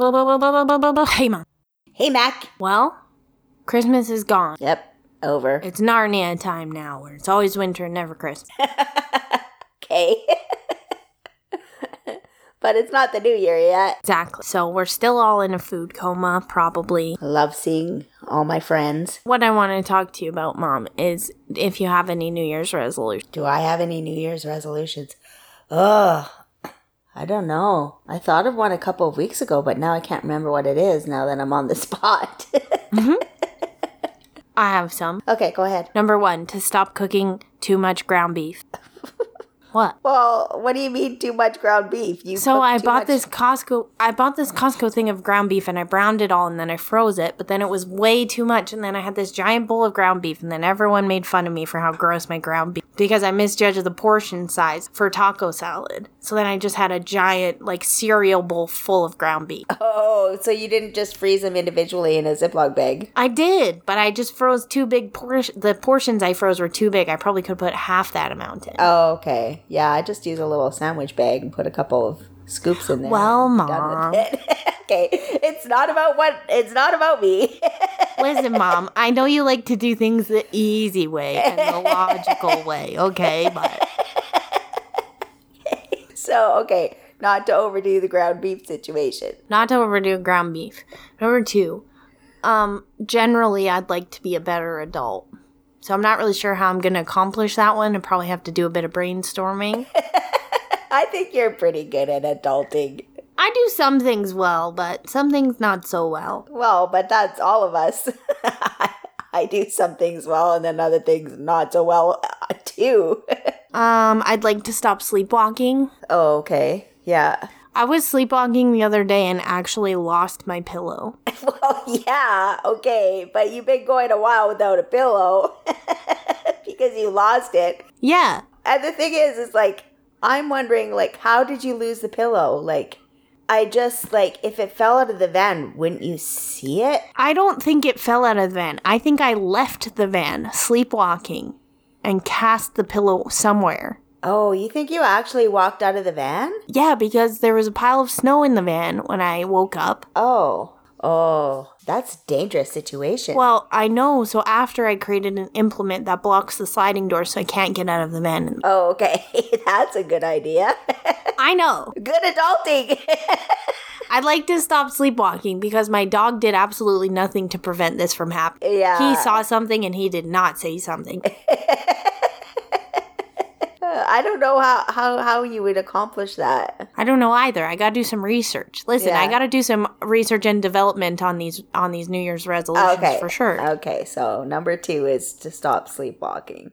Hey, Mom. Hey, Mac. Well, Christmas is gone. Yep, over. It's Narnia time now, where it's always winter and never Christmas. Okay. but it's not the new year yet. Exactly. So we're still all in a food coma, probably. Love seeing all my friends. What I want to talk to you about, Mom, is if you have any New Year's resolution. Do I have any New Year's resolutions? Ugh. I don't know. I thought of one a couple of weeks ago, but now I can't remember what it is now that I'm on the spot. I have some. okay, go ahead. Number one, to stop cooking too much ground beef. what? Well, what do you mean too much ground beef? You So cook I too bought much- this Costco. I bought this Costco thing of ground beef, and I browned it all, and then I froze it. But then it was way too much, and then I had this giant bowl of ground beef, and then everyone made fun of me for how gross my ground beef because I misjudged the portion size for taco salad. So then I just had a giant like cereal bowl full of ground beef. Oh, so you didn't just freeze them individually in a Ziploc bag? I did, but I just froze two big portions. The portions I froze were too big. I probably could put half that amount in. Oh, okay. Yeah, I just use a little sandwich bag and put a couple of scoops in there. Well, and done Mom. with it. okay, it's not about what. It's not about me. Listen, Mom, I know you like to do things the easy way and the logical way, okay? But so okay, not to overdo the ground beef situation. not to overdo ground beef. Number two, um, generally, I'd like to be a better adult. So I'm not really sure how I'm going to accomplish that one. I probably have to do a bit of brainstorming. I think you're pretty good at adulting. I do some things well, but some things not so well. Well, but that's all of us. I do some things well and then other things not so well uh, too. Um, I'd like to stop sleepwalking. oh, okay. Yeah. I was sleepwalking the other day and actually lost my pillow. Well, yeah, okay, but you've been going a while without a pillow because you lost it. Yeah, And the thing is, is like, I'm wondering, like, how did you lose the pillow? Like, I just, like, if it fell out of the van, wouldn't you see it? I don't think it fell out of the van. I think I left the van sleepwalking and cast the pillow somewhere. Oh, you think you actually walked out of the van? Yeah, because there was a pile of snow in the van when I woke up. Oh, oh, that's a dangerous situation. Well, I know, so after I created an implement that blocks the sliding door so I can't get out of the van. oh, okay, that's a good idea. I know. good adulting. I'd like to stop sleepwalking because my dog did absolutely nothing to prevent this from happening. yeah. He saw something and he did not say something. I don't know how, how, how you would accomplish that. I don't know either. I got to do some research. Listen, I Yeah. got to do some research and development on these on these New Year's resolutions Okay. for sure. Okay, so number two is to stop sleepwalking.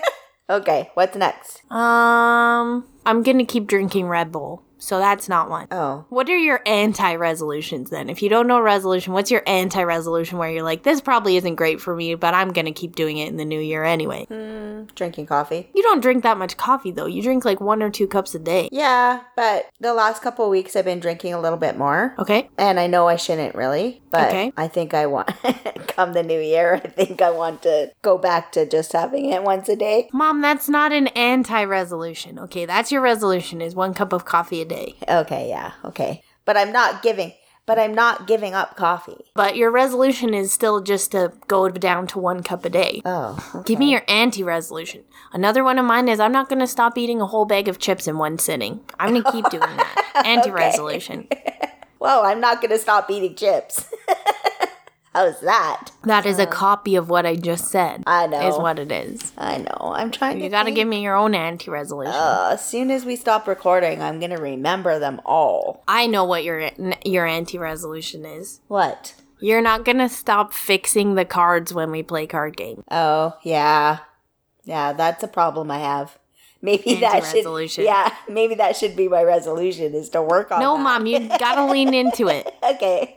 okay, what's next? Um, I'm going to keep drinking Red Bull. So that's not one. Oh, What are your anti resolutions then? If you don't know a resolution, what's your anti resolution where you're like, this probably isn't great for me, but I'm going to keep doing it in the new year anyway? Hmm. drinking coffee. You don't drink that much coffee though. You drink like one or two cups a day. Yeah, but the last couple of weeks I've been drinking a little bit more. Okay. And I know I shouldn't really, but Okay. I think I want come the new year. I think I want to go back to just having it once a day. Mom, that's not an anti resolution. Okay, that's your resolution is one cup of coffee a day. Okay, yeah, okay. But I'm not giving. But I'm not giving up coffee. But your resolution is still just to go down to one cup a day. Oh, Give me your anti resolution. Another one of mine is I'm not going to stop eating a whole bag of chips in one sitting. I'm going to keep doing that. Anti resolution. well, I'm not gonna stop eating chips. How's that? That is a copy of what I just said. Um, I know. Is what it is. I know. I'm trying to. You got to think. give me your own anti resolution. Uh, as soon as we stop recording, I'm gonna remember them all. I know what your your anti resolution is. What? You're not going to stop fixing the cards when we play card games. Oh, yeah. Yeah, that's a problem I have. Maybe that should Anti-resolution. Yeah, maybe that should be my resolution is to work on No, that. mom, you got to lean into it. Okay.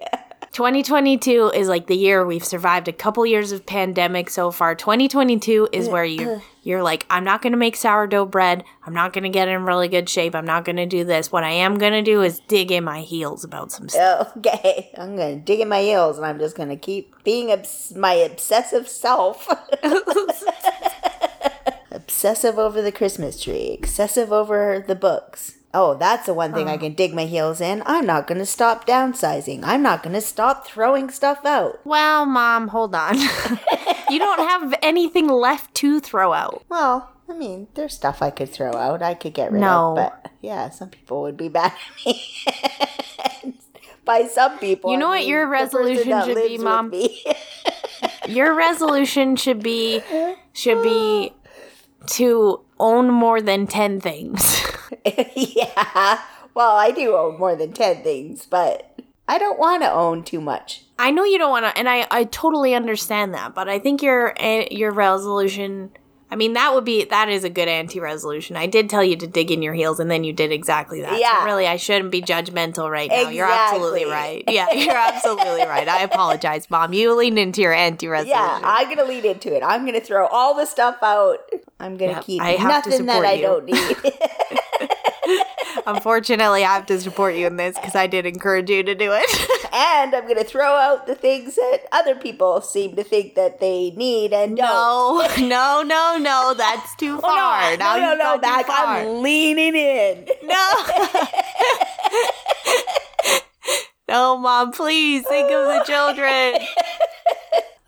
2022 is like the year we've survived a couple years of pandemic so far. 2022 is where you you're like I'm not going to make sourdough bread. I'm not going to get in really good shape. I'm not going to do this. What I am going to do is dig in my heels about some stuff. Okay. I'm going to dig in my heels and I'm just going to keep being obs- my obsessive self. obsessive over the Christmas tree, obsessive over the books. Oh, that's the one thing I can dig my heels in. I'm not going to stop downsizing. I'm not going to stop throwing stuff out. Well, mom, hold on. you don't have anything left to throw out. Well, I mean, there's stuff I could throw out. I could get rid No. of. But yeah, some people would be mad at me. By some people. You know I what mean, your the person resolution that should be, lives with Mom? me. Your resolution should be should be to own more than 10 things. yeah. Well, I do own more than 10 things, but I don't want to own too much. I know you don't want to, and I, I totally understand that, but I think your eh, your resolution. I mean, that would be that is a good anti-resolution. I did tell you to dig in your heels, and then you did exactly that. So Yeah. really, I shouldn't be judgmental right now. You're absolutely Exactly. right. Yeah, you're absolutely right. I apologize, mom. You leaned into your anti-resolution. Yeah, I'm going to lead into it. I'm going to throw all the stuff out. I'm going Yep, to keep I have to nothing that support I you. don't need. Unfortunately, I have to support you in this because I did encourage you to do it. and I'm going to throw out the things that other people seem to think that they need and don't. no, no, no, no. That's too Oh, far. no, now no, no, you've no, gone too Mac, far. I'm leaning in. No. no, mom, please think of the children.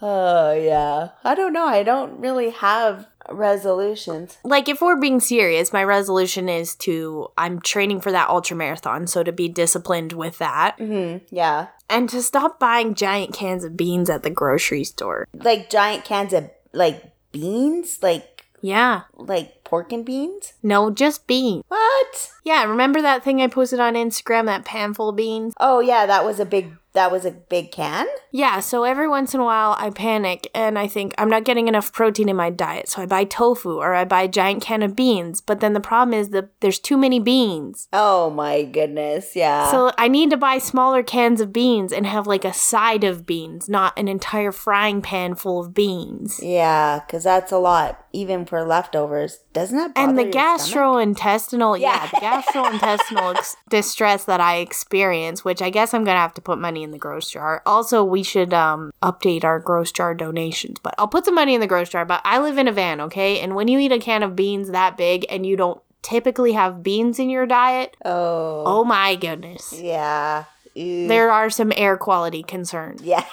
Oh, yeah. I don't know. I don't really have resolutions. Like, if we're being serious, my resolution is to I'm training for that ultra marathon, so to be disciplined with that, hmm Yeah. and to stop buying giant cans of beans at the grocery store. Like giant cans of like beans, like Yeah, like pork and beans. no, just beans. What? Yeah, remember that thing I posted on Instagram, that pan full of beans? Oh yeah, that was a big that was a big can. Yeah, so every once in a while I panic and I think I'm not getting enough protein in my diet, so I buy tofu or I buy a giant can of beans. But then the problem is that there's too many beans. Oh my goodness, yeah. So I need to buy smaller cans of beans and have like a side of beans, not an entire frying pan full of beans. yeah, because that's a lot, even for leftovers. Doesn't that bother And the your stomach? gastrointestinal, yeah, the Yeah. gastrointestinal ex- distress that I experience, which I guess I'm gonna have to put money in the gross jar. Also, we should um, update our gross jar donations, but I'll put some money in the gross jar. But I live in a van, okay, and when you eat a can of beans that big and you don't typically have beans in your diet, Oh, oh my goodness, yeah. Ew. there are some air quality concerns. Yeah,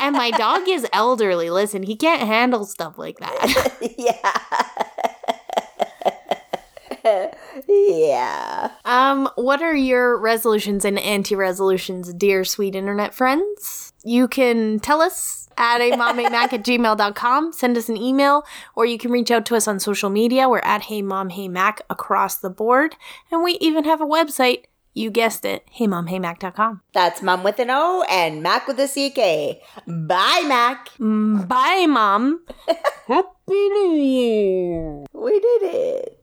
and my dog is elderly. Listen, he can't handle stuff like that. yeah. yeah. Um, what are your resolutions and anti-resolutions, dear sweet internet friends? You can tell us at a mac at gmail.com, send us an email, or you can reach out to us on social media. We're at Hey Mom Hey Mac across the board. And we even have a website. You guessed it, heymomheymac.com. That's mom with an O and Mac with a CK. Bye, Mac. Mm, Bye, Mom. Happy New Year. We did it.